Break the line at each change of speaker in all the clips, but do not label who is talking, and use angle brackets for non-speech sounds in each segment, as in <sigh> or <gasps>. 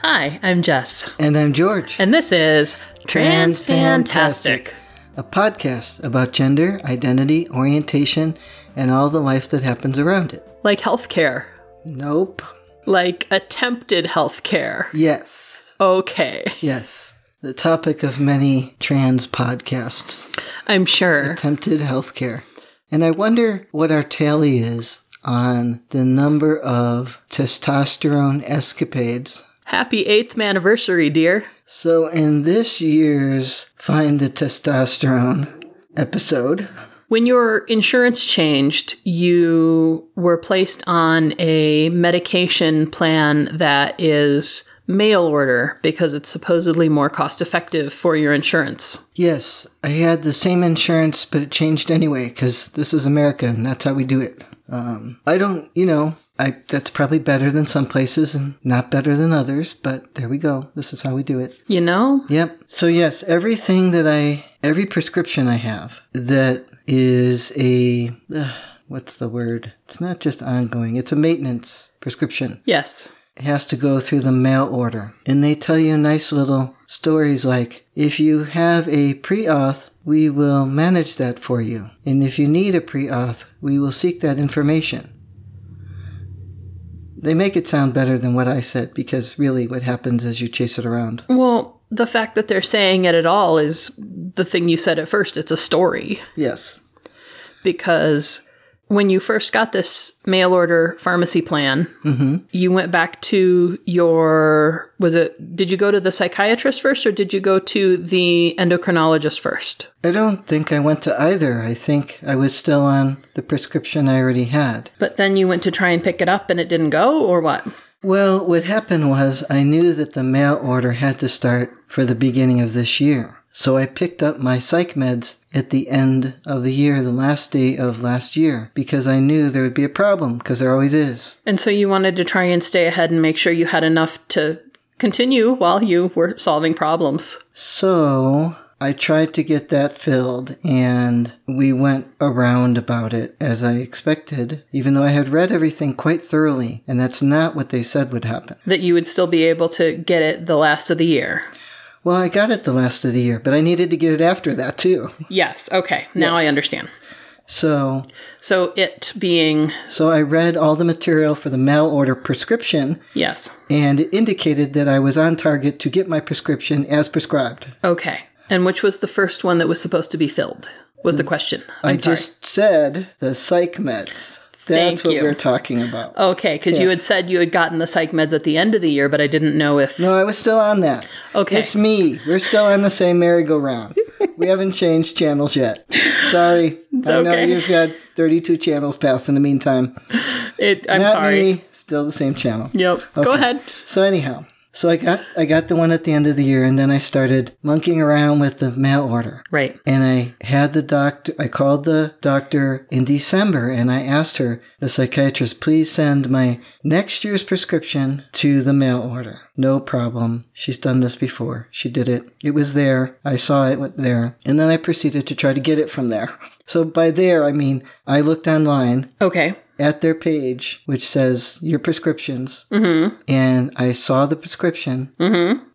Hi, I'm Jess,
And I'm George,
and this is Transfantastic.
a podcast about gender, identity, orientation, and all the life that happens around it.
Like healthcare,
Nope.
like attempted healthcare.
Yes.
Okay,
Yes. The topic of many trans podcasts
I'm sure.
attempted healthcare. And I wonder what our tally is on the number of testosterone escapades.
Happy eighth anniversary, dear.
So, in this year's Find the Testosterone episode,
When your insurance changed, you were placed on a medication plan that is mail order because it's supposedly more cost effective for your insurance.
Yes, I had the same insurance, but it changed anyway because this is America and that's how we do it. Um, I don't, you know, I that's probably better than some places and not better than others, but there we go. This is how we do it.
You know?
Yep. So yes, everything that I, every prescription I have that is a, ugh, what's the word? It's not just ongoing. It's a maintenance prescription
Yes.
has to go through the mail order. And they tell you nice little stories like, if you have a pre auth, we will manage that for you. And if you need a pre auth, we will seek that information. They make it sound better than what I said because really what happens is you chase it around.
Well, the fact that they're saying it at all is the thing you said at first. It's a story
Yes.
because when you first got this mail order pharmacy plan, you went back to your was it did you go to the psychiatrist first or did you go to the endocrinologist first?
I don't think I went to either. I think I was still on the prescription I already had.
But then you went to try and pick it up and it didn't go or what?
Well, what happened was I knew that the mail order had to start for the beginning of this year. So I picked up my psych meds at the end of the year, the last day of last year, because I knew there would be a problem, because there always is.
And so you wanted to try and stay ahead and make sure you had enough to continue while you were solving problems.
So I tried to get that filled, and we went around about it as I expected, even though I had read everything quite thoroughly, and that's not what they said would happen.
That you would still be able to get it the last of the year.
Well, I got it the last of the year, but I needed to get it after that, too. <laughs>
Yes. Okay. Now I
Yes.
understand.
So
So it being
So I read all the material for the mail order prescription,
yes.
and it indicated that I was on target to get my prescription as prescribed.
Okay. And which was the first one that was supposed to be filled? Was the question.
i
I'm sorry.
just said the psych meds. That's
Thank
what
you. Oh.
we're talking about.
Okay, because you had said you had gotten the psych meds at the end of the year, but I didn't know if.
No, I was still on that.
okay,
It's me. We're still on the same merry-go-round. we haven't changed channels yet. Sorry. I know
okay.
you've got 32 channels passed in the meantime.
it, I'm
Not
sorry.
me. Still the same channel.
Yep. Go ahead.
So anyhow, so I got I got the one at the end of the year, and then I started monkeying around with the mail order.
Right.
And I had the doctor. I called the doctor in December, and I asked her, the psychiatrist, please send my next year's prescription to the mail order. No problem. She's done this before. She did it. It was there. I saw it went there, and then I proceeded to try to get it from there. So by there, I mean I looked online
Okay.
at their page which says your prescriptions and i saw the prescription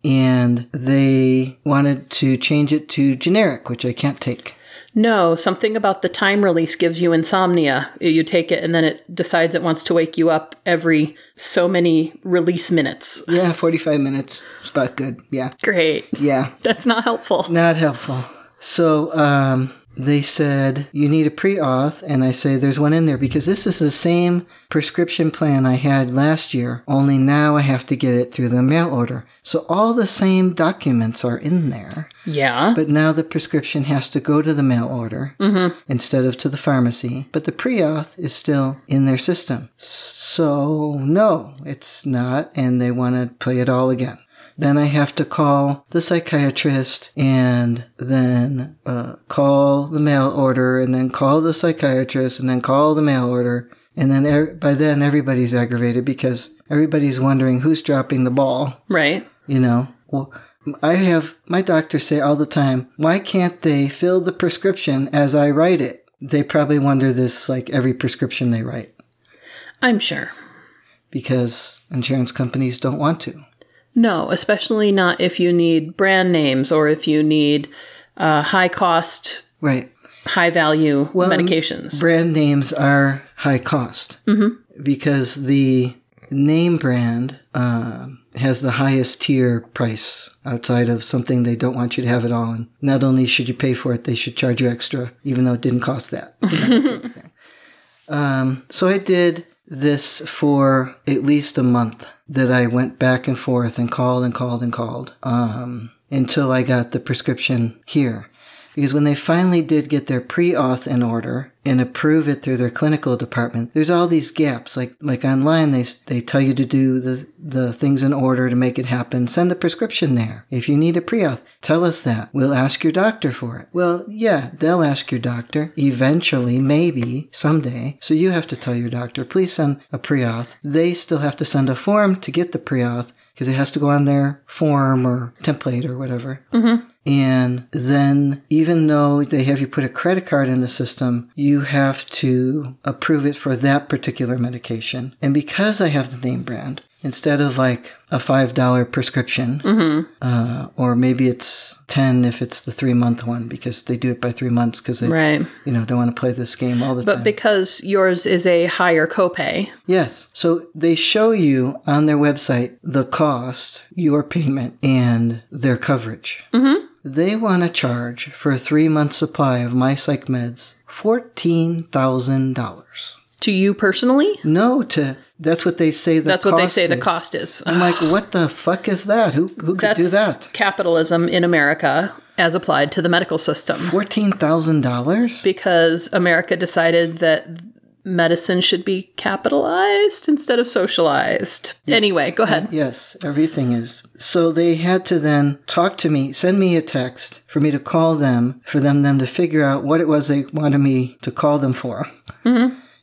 and they wanted to change it to generic which i can't take
No, something about the time release gives you insomnia. You take it, and then it decides it wants to wake you up every so many release minutes.
yeah 45 minutes it's about good yeah
Great.
yeah
That's not helpful.
not helpful so um they said you need a pre-auth and i say there's one in there because this is the same prescription plan i had last year only now i have to get it through the mail order so all the same documents are in there
Yeah.
But now the prescription has to go to the mail order instead of to the pharmacy. But the pre auth is still in their system. So, no, it's not, and they want to play it all again. Then I have to call the psychiatrist and then uh, call the mail order and then call the psychiatrist and then call the mail order. And then er- by then everybody's aggravated because everybody's wondering who's dropping the ball.
right.
You know, well, I have my doctors say all the time, why can't they fill the prescription as I write it? They probably wonder this like every prescription they write
I'm sure.
because insurance companies don't want to.
No, especially not if you need brand names or if you need uh, high cost,
Right.
high value
Well, and
medications.
Brand names are high cost because the name brand um has the highest tier price outside of something they don't want you to have at all. And not only should you pay for it, they should charge you extra, even though it didn't cost that. um, so I did this for at least a month that I went back and forth and called and called and called um, until I got the prescription here. Because when they finally did get their pre-auth in order and approve it through their clinical department, there's all these gaps. Like like online, they s- they tell you to do the the things in order to make it happen. Send a prescription there. If you need a pre-auth, tell us that. We'll ask your doctor for it. Well, yeah, they'll ask your doctor eventually, maybe someday. So you have to tell your doctor, please send a pre-auth. They still have to send a form to get the pre-auth because it has to go on their form or template or whatever. And then, even though they have you put a credit card in the system, you have to approve it for that particular medication. And because I have the name brand, instead of like a $5 prescription,
Mm-hmm.
uh, or maybe it's 10 if it's the three month one, because they do it by three months because they,
Right.
you know, don't want to play this game all the time.
But because yours is a higher copay,
Yes. So they show you on their website the cost, your payment, and their coverage. Mm-hmm. They want to charge for a three month supply of my psych meds $14,000.
to you personally,
No, to that's what they say the
that's
cost
what they say the
is.
cost is.
I'm like, what the fuck is that? Who, who could
That's
do that?
capitalism in America as applied to the medical system
$14,000?
because America decided that medicine should be capitalized instead of socialized. Anyway, go ahead.
Yes, everything is. So they had to then talk to me, send me a text for me to call them, for them them to figure out what it was they wanted me to call them for.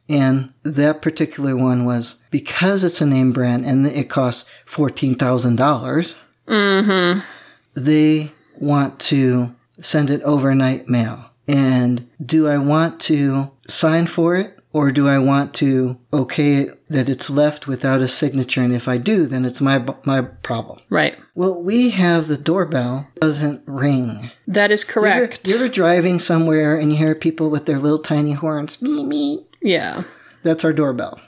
And that particular one was because it's a name brand and it costs fourteen dollars. They want to send it overnight mail. And do I want to sign for it or do I want to okay it that it's left without a signature? And if I do, then it's my my problem.
Right.
Well, we have the doorbell doesn't ring.
That is correct.
You're driving somewhere and you hear people with their little tiny horns. Me me.
Yeah.
That's our doorbell.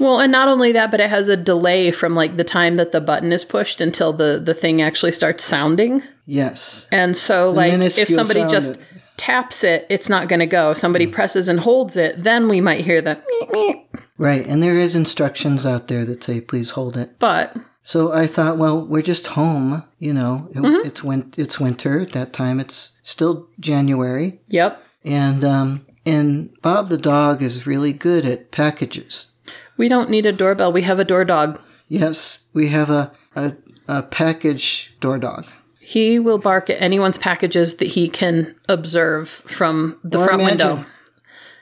Well, and not only that, but it has a delay from like the time that the button is pushed until the the thing actually starts sounding.
Yes.
And so like if
minuscule
somebody
sound
just
that- Hmm.
taps it, it's not going to go. If somebody presses and holds it, then we might hear the meep, meep.
Right, and there is instructions out there that say please hold it.
But
So I thought, well, we're just home, you know. It,
Mm-hmm.
It's win- it's winter at that time. It's still January,
yep.
and um, and Bob the dog is really good at packages.
We don't need a doorbell. We have a door dog.
Yes, we have a a, a package door dog.
He will bark at anyone's packages that he can observe from the
Or
front
imagine.
window.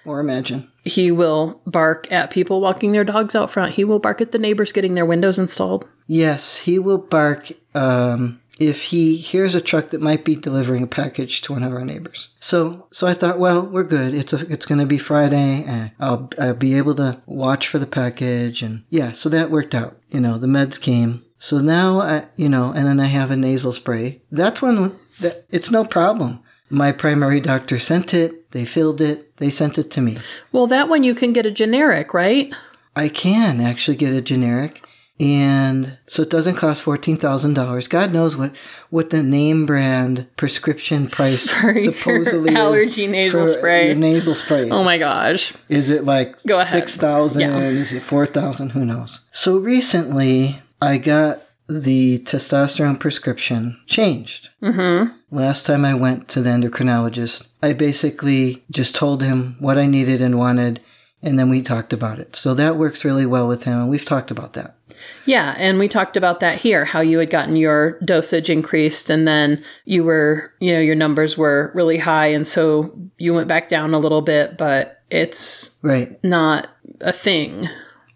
Or imagine.
He will bark at people walking their dogs out front. He will bark at the neighbors getting their windows installed.
Yes, he will bark um, if he hears a truck that might be delivering a package to one of our neighbors. So, so I thought, well, we're good. It's a, it's going to be Friday. And I'll I'll be able to watch for the package, and yeah, so that worked out. You know, the meds came. So now I, you know, and then I have a nasal spray. That's when that, it's no problem. My primary doctor sent it. They filled it. They sent it to me.
Well, that one you can get a generic, right?
I can actually get a generic. And so it doesn't cost fourteen thousand dollars. God knows what what the name brand prescription price
<laughs> For your
supposedly is
allergy nasal
for
spray.
Your nasal spray.
Oh my gosh.
Is it like
Go ahead.
six thousand?
Yeah.
Is it four thousand? Who knows? So recently, I got the testosterone prescription changed.
Mm-hmm.
Last time I went to the endocrinologist, I basically just told him what I needed and wanted, and then we talked about it. So that works really well with him, and we've talked about that.
Yeah, and we talked about that here how you had gotten your dosage increased and then you were, you know, your numbers were really high and so you went back down a little bit, but it's
Right.
not a thing.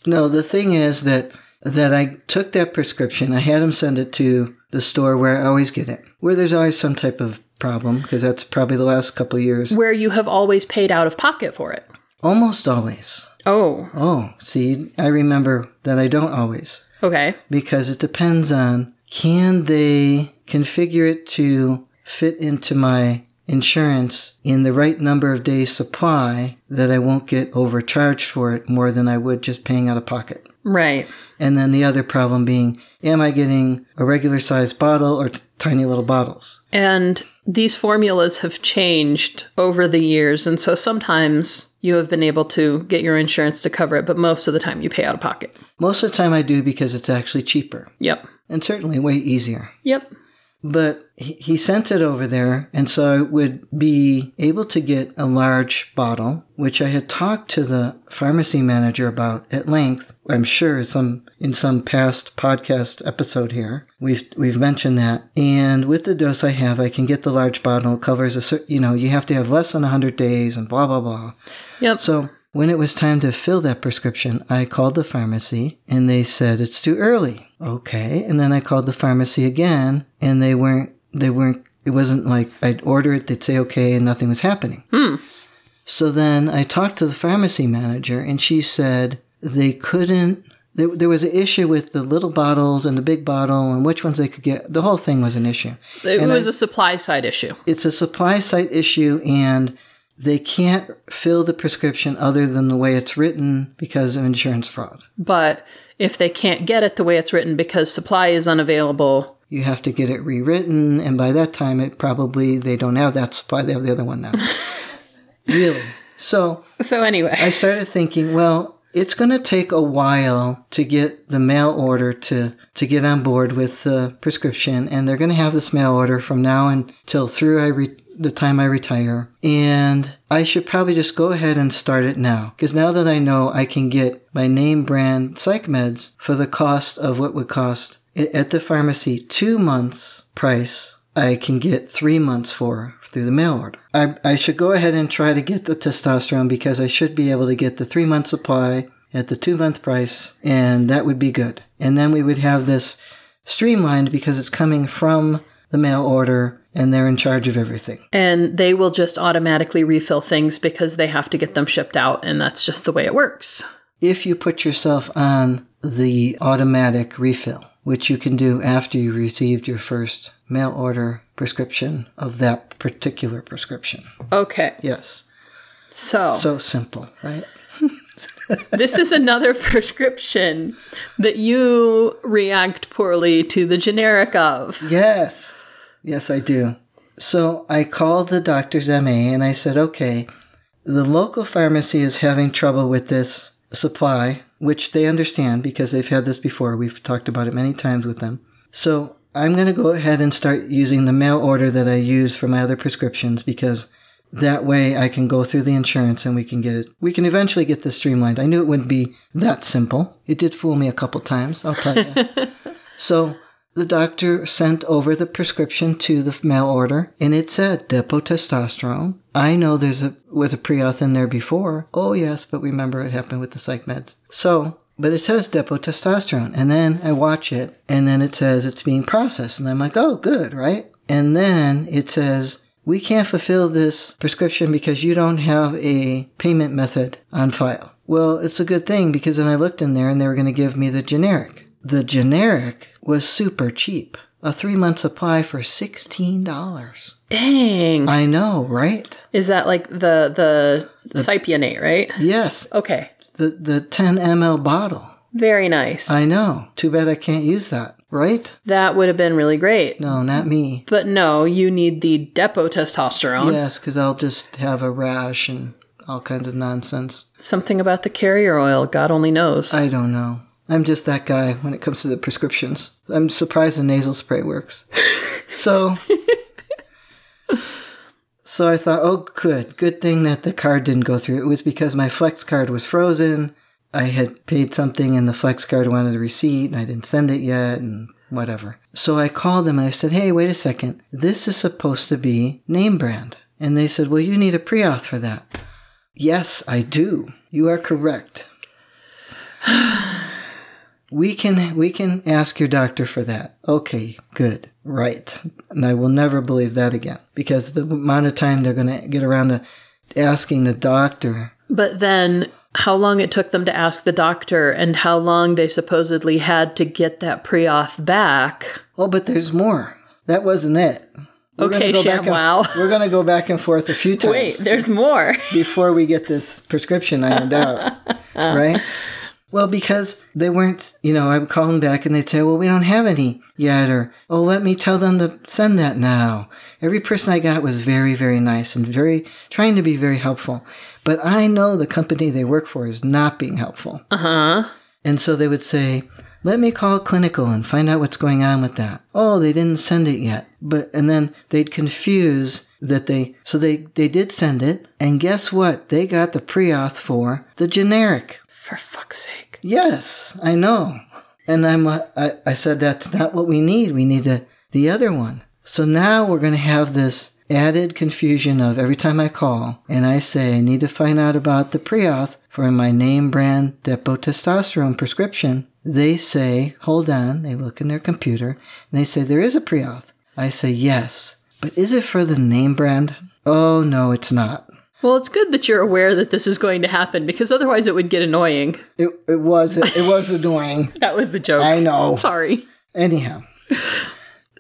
No, the thing is that that I took that prescription. I had him send it to the store where I always get it, where there's always some type of problem because that's probably the last couple years.
Where you have always paid out of pocket for it.
Almost always.
Oh,
Oh, see, I remember that I don't always
okay.
because it depends on can they configure it to fit into my insurance in the right number of days supply that I won't get overcharged for it more than I would just paying out of pocket?
Right.
And then the other problem being, am I getting a regular sized bottle or t- tiny little bottles?
And these formulas have changed over the years. And so sometimes you have been able to get your insurance to cover it, but most of the time you pay out of pocket.
Most of the time I do because it's actually cheaper
Yep.
and certainly way easier.
Yep.
But he he sent it over there, and so I would be able to get a large bottle, which I had talked to the pharmacy manager about at length. I'm sure some in some past podcast episode here we've we've mentioned that. And with the dose I have, I can get the large bottle. It covers a certain, you know, you have to have less than 100 days, and blah blah blah.
Yep.
So when it was time to fill that prescription, I called the pharmacy and they said it's too early. Okay. And then I called the pharmacy again and they weren't, they weren't, it wasn't like I'd order it, they'd say okay and nothing was happening. So then I talked to the pharmacy manager and she said they couldn't, there, there was an issue with the little bottles and the big bottle and which ones they could get. The whole thing was an issue
it
and
was a supply side issue.
it's a supply side issue and they can't fill the prescription other than the way it's written because of insurance fraud.
But if they can't get it the way it's written because supply is unavailable,
You have to get it rewritten, and by that time, it probably they don't have that supply; they have the other one now. really? So
so anyway.
I started thinking, well, it's going to take a while to get the mail order to to get on board with the prescription, and they're going to have this mail order from now until through I re- the time I retire. And I should probably just go ahead and start it now, because now that I know I can get my name brand psych meds for the cost of what would cost i- at the pharmacy two months price I can get three months for through the mail order. I, I should go ahead and try to get the testosterone because I should be able to get the three month supply at the two month price, and that would be good. And then we would have this streamlined because it's coming from the mail order and they're in charge of everything.
and they will just automatically refill things because they have to get them shipped out and that's just the way it works
If you put yourself on the automatic refill, which you can do after you received your first mail order prescription of that particular prescription.
okay
Yes.
so, <laughs>
So simple, right?
this is another prescription that you react poorly to the generic of
Yes. Yes, I do. So I called the doctor's MA and I said, okay, the local pharmacy is having trouble with this supply, which they understand because they've had this before. We've talked about it many times with them. So I'm going to go ahead and start using the mail order that I use for my other prescriptions because that way I can go through the insurance and we can get it. We can eventually get this streamlined. I knew it wouldn't be that simple. It did fool me a couple times, I'll tell you. So the doctor sent over the prescription to the mail order, and it said depotestosterone. I know there's a was a pre-auth in there before. Oh yes, but remember it happened with the psych meds. So, but it says depotestosterone, and then I watch it, and then it says it's being processed, and I'm like, oh good, right? And then it says we can't fulfill this prescription because you don't have a payment method on file. Well, it's a good thing because then I looked in there and they were going to give me the generic. The generic was super cheap. A three month supply for $16.
dang
I know, right?
is that like the the, cypionate <laughs> right
Yes,
okay
the, the 10 ml bottle.
very nice
I know. Too bad I can't use that, right?
that would have been really great
No, not me.
but no you need the depot testosterone
Yes, because I'll just have a rash and all kinds of nonsense.
something about the carrier oil god only knows
I don't know. I'm just that guy when it comes to the prescriptions. I'm surprised the nasal spray works. so So I thought, "Oh good. Good thing that the card didn't go through. It was because my Flex card was frozen. I had paid something and the Flex card wanted a receipt and I didn't send it yet and whatever." So I called them and I said, "Hey, wait a second. This is supposed to be name brand." And they said, "Well, you need a pre-auth for that." Yes, I do. You are correct. We can we can ask your doctor for that. Okay, good. Right. And I will never believe that again because the amount of time they're going to get around to asking the doctor.
But then how long it took them to ask the doctor and how long they supposedly had to get that pre auth back.
Oh, but there's more. That wasn't it. We're gonna
Okay,
go back and-
ShamWow.
We're going to go back and forth a few
<laughs>
times.
Wait, there's more. <laughs>
before we get this prescription ironed out, right? Well, because they weren't, you know, I would call them back and they'd say, well, we don't have any yet, or, oh, let me tell them to send that now. Every person I got was very, very nice and very, trying to be very helpful. But I know the company they work for is not being helpful.
Uh huh.
And so they would say, let me call clinical and find out what's going on with that. Oh, they didn't send it yet. But, and then they'd confuse that they, so they, they did send it. And guess what? They got the pre auth for the generic.
For fuck's sake.
Yes, I know. And I'm, uh, I, I said, that's not what we need. We need the, the other one. So now we're going to have this added confusion of every time I call and I say, I need to find out about the pre auth for my name brand Depo testosterone prescription. They say, hold on. They look in their computer and they say, there is a pre auth. I say, yes. But is it for the name brand? Oh, no, it's not.
Well, it's good that you're aware that this is going to happen because otherwise it would get annoying.
It, it was, it, it was annoying.
That was the joke.
I know.
Sorry.
Anyhow,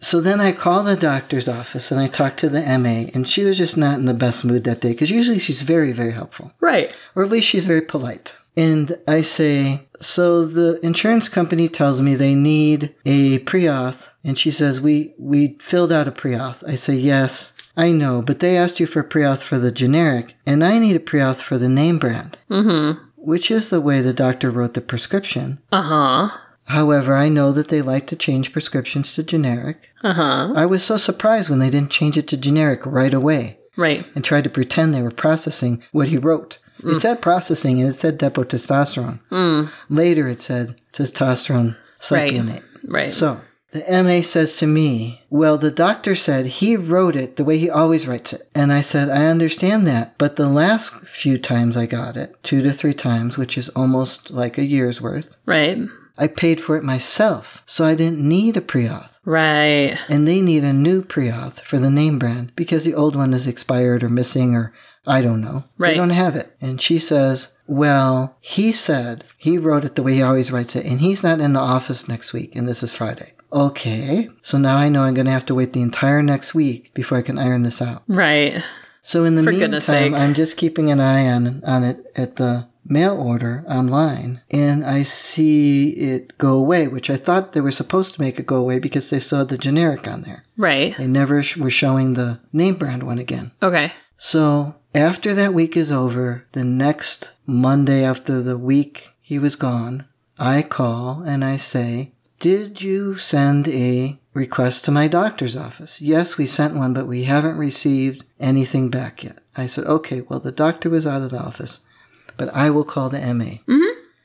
so then I call the doctor's office and I talk to the MA, and she was just not in the best mood that day because usually she's very, very helpful,
Right.
or at least she's very polite. And I say, so the insurance company tells me they need a pre-auth, and she says we we filled out a pre-auth. I say yes. I know, but they asked you for a pre-auth for the generic, and I need a pre-auth for the name brand,
Mm hmm.
which is the way the doctor wrote the prescription.
Uh huh.
However, I know that they like to change prescriptions to generic.
Uh huh.
I was so surprised when they didn't change it to generic right away
Right.
and tried to pretend they were processing what he wrote. It said processing and it said depo-testosterone.
Mm.
Later it said testosterone
Right.
cyclinate.
Right.
So the MA says to me, Well, the doctor said he wrote it the way he always writes it. And I said, I understand that. But the last few times I got it, two to three times, which is almost like a year's worth,
right.
I paid for it myself. So I didn't need a pre auth
Right.
and they need a new pre-auth for the name brand because the old one is expired or missing or I don't know. They
Right.
don't have it. And she says, "Well, he said he wrote it the way he always writes it, and he's not in the office next week, and this is Friday." Okay, so now I know I'm going to have to wait the entire next week before I can iron this out.
Right.
So in the
For goodness
meantime,
sake.
I'm just keeping an eye on on it at the mail order online, and I see it go away, which I thought they were supposed to make it go away because they still had the generic on there.
Right.
They never sh- were showing the name brand one again.
Okay.
So after that week is over, the next Monday after the week he was gone, I call and I say, Did you send a request to my doctor's office? Yes, we sent one, but we haven't received anything back yet. I said, Okay, well, the doctor was out of the office, but I will call the MA.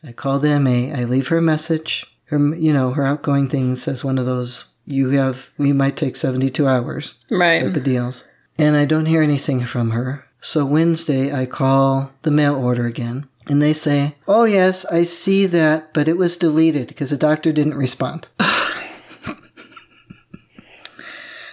I call the MA. I leave her a message. Her, you know, her outgoing thing says one of those, you have, we might take 72 hours
Right.
type of deals. And I don't hear anything from her. So Wednesday, I call the mail order again. And they say, Oh, yes, I see that, but it was deleted because the doctor didn't respond. <laughs>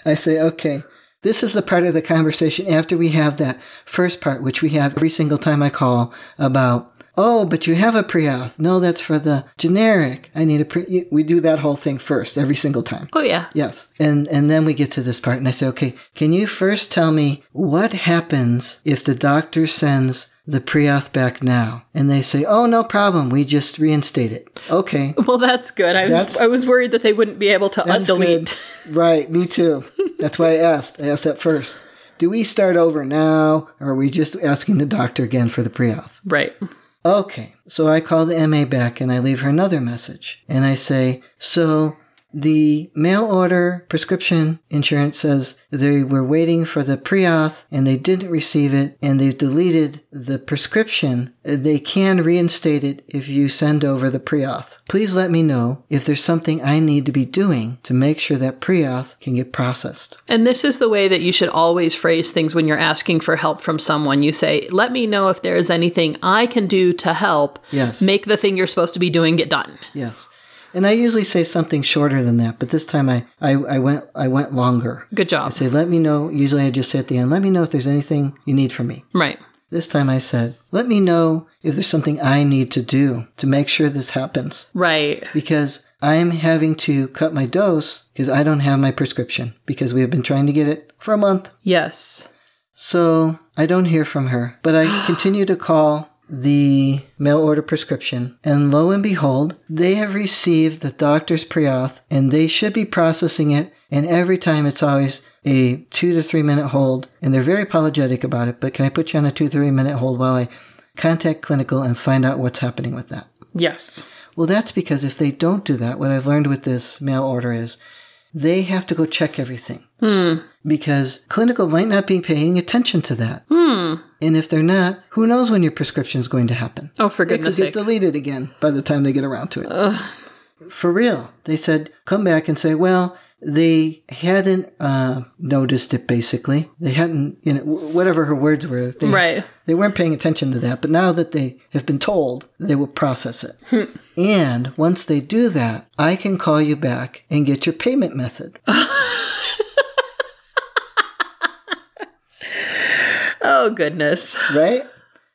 I say, Okay, this is the part of the conversation after we have that first part, which we have every single time I call about, Oh, but you have a pre auth. No, that's for the generic. I need a pre. We do that whole thing first every single time.
Oh, yeah.
Yes. And and then we get to this part and I say, okay, can you first tell me what happens if the doctor sends the pre-auth back now? And they say, oh, no problem. We just reinstate it. Okay.
Well, that's good. I was
That's-
I was worried that they wouldn't be able to undelete.
Right. Me too. That's why I asked. I asked that first. Do we start over now or are we just asking the doctor again for the pre-auth?
<laughs> Right.
Okay, so I call the MA back and I leave her another message. And I say, So the mail order prescription insurance says they were waiting for the pre auth and they didn't receive it and they've deleted the prescription. Uh, They can reinstate it if you send over the pre auth. Please let me know if there's something I need to be doing to make sure that pre auth can get processed.
And this is the way that you should always phrase things when you're asking for help from someone. You say, "Let me know if there is anything I can do to help
Yes.
make the thing you're supposed to be doing get done."
yes. And I usually say something shorter than that, but this time I, I, I went I went longer.
Good job.
Say, let me know. Usually I just say at the end, let me know if there's anything you need from me.
Right.
This time I said, let me know if there's something I need to do to make sure this happens
Right.
because I'm having to cut my dose because I don't have my prescription because we have been trying to get it for a month.
Yes.
So I don't hear from her, but I continue to call the mail order prescription. And lo and behold, they have received the doctor's pre auth and they should be processing it. And every time it's always a two to three minute hold. And they're very apologetic about it, but can I put you on a two, three minute hold while I contact clinical and find out what's happening with that?
Yes.
Well, that's because if they don't do that, what I've learned with this mail order is they have to go check everything.
Hmm.
Because clinical might not be paying attention to that.
Hmm.
And if they're not, who knows when your prescription is going to happen?
Oh, for
It could
goodness
get
sake.
deleted again by the time they get around to it. For real. They said, come back and say, well, they hadn't uh, noticed it basically. They hadn't, you know, wh- whatever her words were. They,
right.
they weren't paying attention to that, but now that they have been told, they will process it. and once they do that, I can call you back and get your payment method.
Oh, goodness.
right?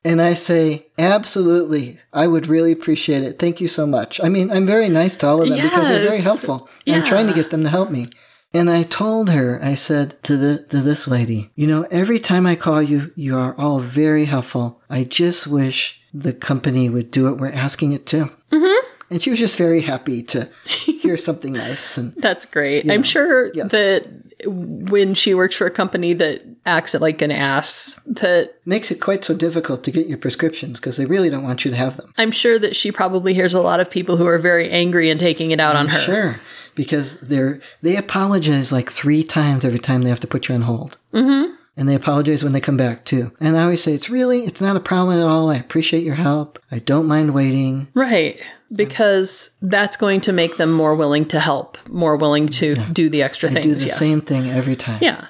And I say, absolutely. I would really appreciate it. Thank you so much. I mean, I'm very nice to all of them because they're very
Yes.
helpful. I'm trying to
Yeah.
get them to help me. And I told her, I said to the to this lady, you know, every time I call you, you are all very helpful. I just wish the company would do what we're asking it to. Mm-hmm. And she was just very happy to hear something nice. And
That's great. I'm sure
Yes.
that when she works for a company that acts like an ass, that
makes it quite so difficult to get your prescriptions because they really don't want you to have them.
I'm sure that she probably hears a lot of people who are very angry and taking it out on her.
Sure, because they're they apologize like three times every time they have to put you on hold. Mm-hmm. And they apologize when they come back too. And I always say it's really it's not a problem at all. I appreciate your help. I don't mind waiting.
Right. Because that's going to make them more willing to help, more willing to do the extra
I
things.
do the
yes.
same thing every time.
Yeah.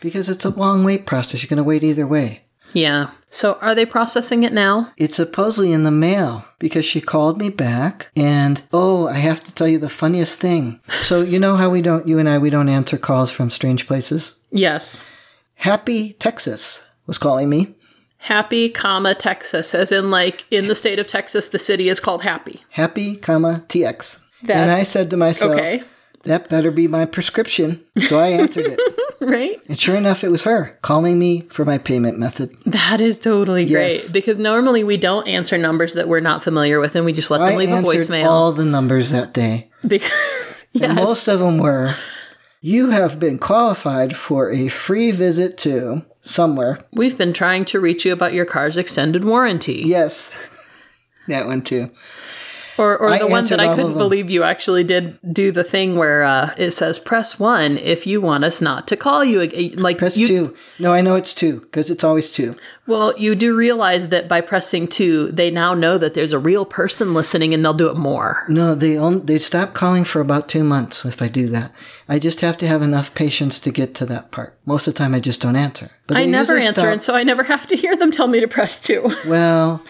Because it's a long wait process. You're going to wait either way.
Yeah. So are they processing it now?
It's supposedly in the mail because she called me back and oh, I have to tell you the funniest thing. So you know how we don't you and I we don't answer calls from strange places.
Yes.
Happy Texas was calling me.
Happy, comma, Texas, as in like in the state of Texas, the city is called Happy.
happy comma tx and
That's-
i said to myself
Okay.
that better be my prescription so i answered
<laughs>
it
Right?
and sure enough it was her calling me for my payment method
That is totally great.
Yes.
Because normally we don't answer numbers that we're not familiar with and we just let them
i
leave a
answered
voicemail.
all the numbers that day
because <laughs> yes.
and most of them were you have been qualified for a free visit to somewhere
We've been trying to reach you about your car's extended warranty.
yes <laughs> that one too
Or, or
I
the one
answered
that
all
I
of
couldn't
them.
believe you actually did do the thing where uh, it says press one if you want us not to call you. ag- Like
that's
you,
two no i know it's two because it's always two
well, you do realize that by pressing two, they now know that there's a real person listening, and they'll do it more.
No, they only, they stop calling for about two months if I do that. I just have to have enough patience to get to that part. Most of the time, I just don't answer. But
I
they
never
usually
answer, and
stop-
so I never have to hear them tell me to press
<laughs>
two.
well,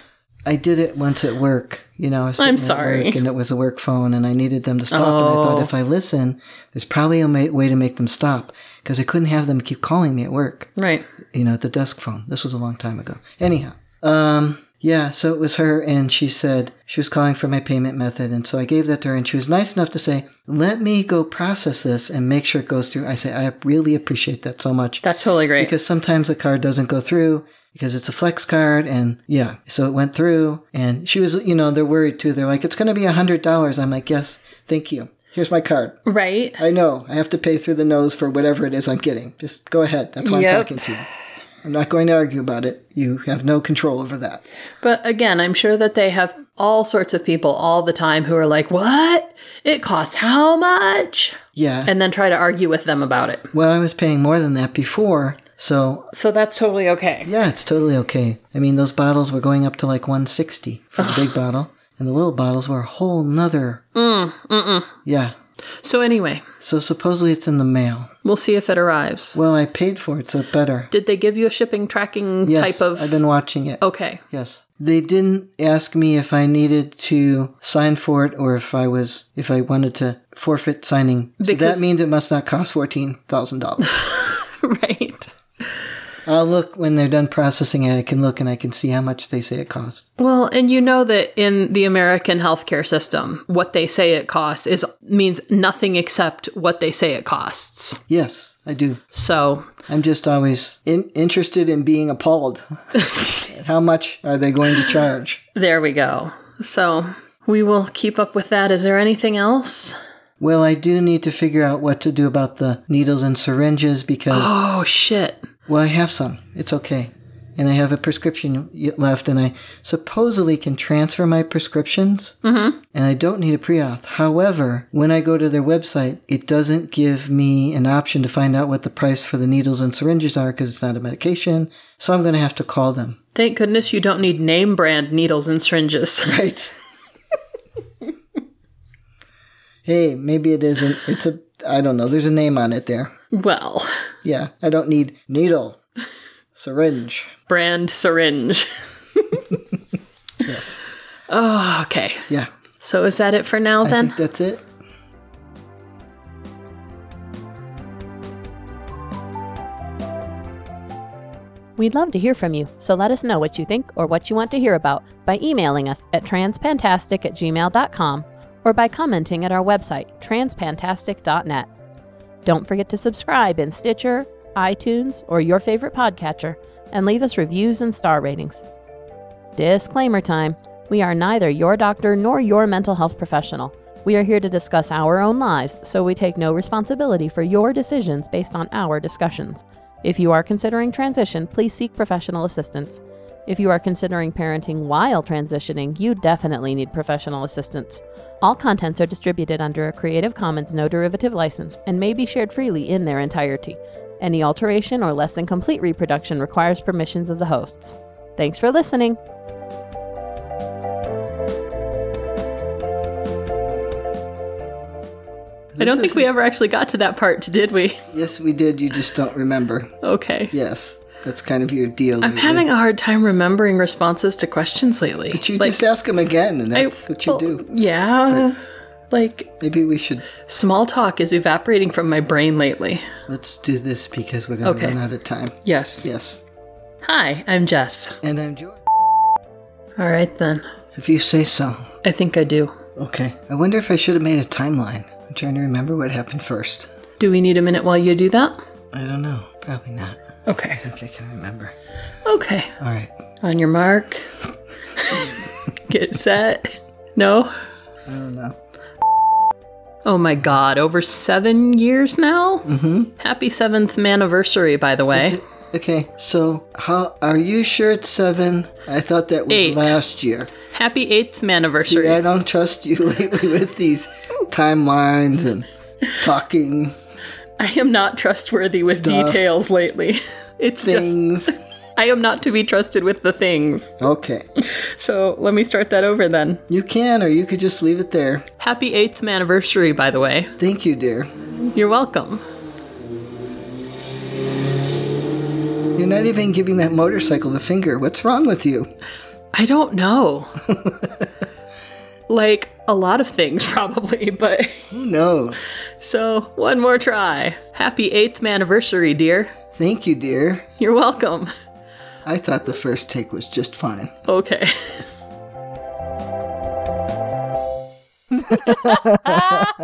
I did it once at work. You know, I was sitting at
sorry. Oh.
work and it was a work phone, and I needed them to stop. And I thought if I listen, there's probably a ma- way to make them stop because I couldn't have them keep calling me at work.
right.
You know, at the desk phone. This was a long time ago. Anyhow, um, yeah, so it was her, and she said she was calling for my payment method, and so I gave that to her, and she was nice enough to say, "Let me go process this and make sure it goes through." I say, "I really appreciate that so much."
That's totally great.
because sometimes the card doesn't go through because it's a flex card and yeah so it went through and she was you know they're worried too they're like it's going to be a hundred dollars i'm like yes thank you here's my card
right.
i know i have to pay through the nose for whatever it is i'm getting just go ahead that's why
Yep.
i'm talking to you i'm not going to argue about it you have no control over that
But again, I'm sure that they have all sorts of people all the time who are like, "What? It costs how much?"
yeah
And then try to argue with them about it.
well i was paying more than that before so
So that's totally okay.
yeah it's totally okay i mean those bottles were going up to like 160 for the big bottle and the little bottles were a whole nother mm, yeah
So anyway,
So supposedly it's in the mail.
we'll see if it arrives.
Well, I paid for it, so it better.
Did they give you a shipping tracking
Yes,
type of?
I've been watching it.
okay. <laughs>
Yes, they didn't ask me if I needed to sign for it or if I was if I wanted to forfeit signing. so that
Because- <laughs>
means it must not cost fourteen thousand dollars.
right.
I'll look when they're done processing it. I can look and I can see how much they say it costs.
Well, and you know that in the American healthcare system, what they say it costs is means nothing except what they say it costs.
Yes, I do.
So, <laughs>
I'm just always in- interested in being appalled. how much are they going to
<laughs>
charge?
there we go. So, we will keep up with that. Is there anything else?
Well, I do need to figure out what to do about the needles and syringes
<gasps>
because <gasps>
Oh shit.
Well, I have some. It's okay. And I have a prescription y- left, and I supposedly can transfer my prescriptions, mm-hmm. and I don't need a pre auth. However, when I go to their website, it doesn't give me an option to find out what the price for the needles and syringes are because it's not a medication. So I'm going to have to call them. <laughs>
Thank goodness you don't need name brand needles and syringes. <laughs>
Right. hey, maybe it isn't. It's a, I don't know. There's a name on it there.
well,
Yeah, I don't need needle, syringe.
brand syringe.
<laughs> Yes.
Oh, okay.
Yeah.
So is that it for now
I
then?
think that's it.
We'd love to hear from you, so let us know what you think or what you want to hear about by emailing us at transpantastic at gmail.com or by commenting at our website, transpantastic.net. Don't forget to subscribe in Stitcher, iTunes, or your favorite podcatcher and leave us reviews and star ratings. Disclaimer time we are neither your doctor nor your mental health professional. We are here to discuss our own lives, so we take no responsibility for your decisions based on our discussions. If you are considering transition, please seek professional assistance. If you are considering parenting while transitioning, you definitely need professional assistance. All contents are distributed under a Creative Commons no derivative license and may be shared freely in their entirety. Any alteration or less than complete reproduction requires permissions of the hosts. Thanks for listening.
I don't think we ever actually got to that part, did we? <laughs>
Yes, we did. You just don't remember.
Okay.
Yes, that's kind of your deal.
I'm
lately.
having a hard time remembering responses to questions lately.
But you just ask them again, and that's what you
well,
do.
Yeah. Like
Maybe we should
small talk is evaporating from my brain lately.
let's do this because we're gonna
Okay.
run out of time.
Yes.
Yes,
Hi, I'm Jess.
and I'm George.
All right then.
If you say so.
I think I do.
Okay. I wonder if I should have made a timeline. I'm trying to remember what happened first.
Do we need a minute while you do that?
I don't know. Probably not.
Okay.
I think I can remember.
Okay.
All right.
On your mark. <laughs> Get set. No?
I don't know.
Oh my god, over seven years now? Mm-hmm. Happy seventh anniversary, by the way.
Okay. So, how are you sure it's seven? I thought that was
Eight.
last year.
Happy eighth anniversary.
See, I don't trust you <laughs> lately with these timelines and talking
I am not trustworthy with
Stuff.
details lately. <laughs> It's just
things.
I am not to be trusted with the things.
Okay.
So let me start that over then.
You can, or you could just leave it there.
Happy eighth anniversary, by the way.
Thank you, dear.
You're welcome.
You're not even giving that motorcycle the finger. What's wrong with you?
I don't know. like a lot of things, <laughs> probably, but <laughs>
Who knows?
so one more try. Happy eighth anniversary, dear.
Thank you, dear.
You're welcome.
I thought the first take was just fine.
Okay. <laughs>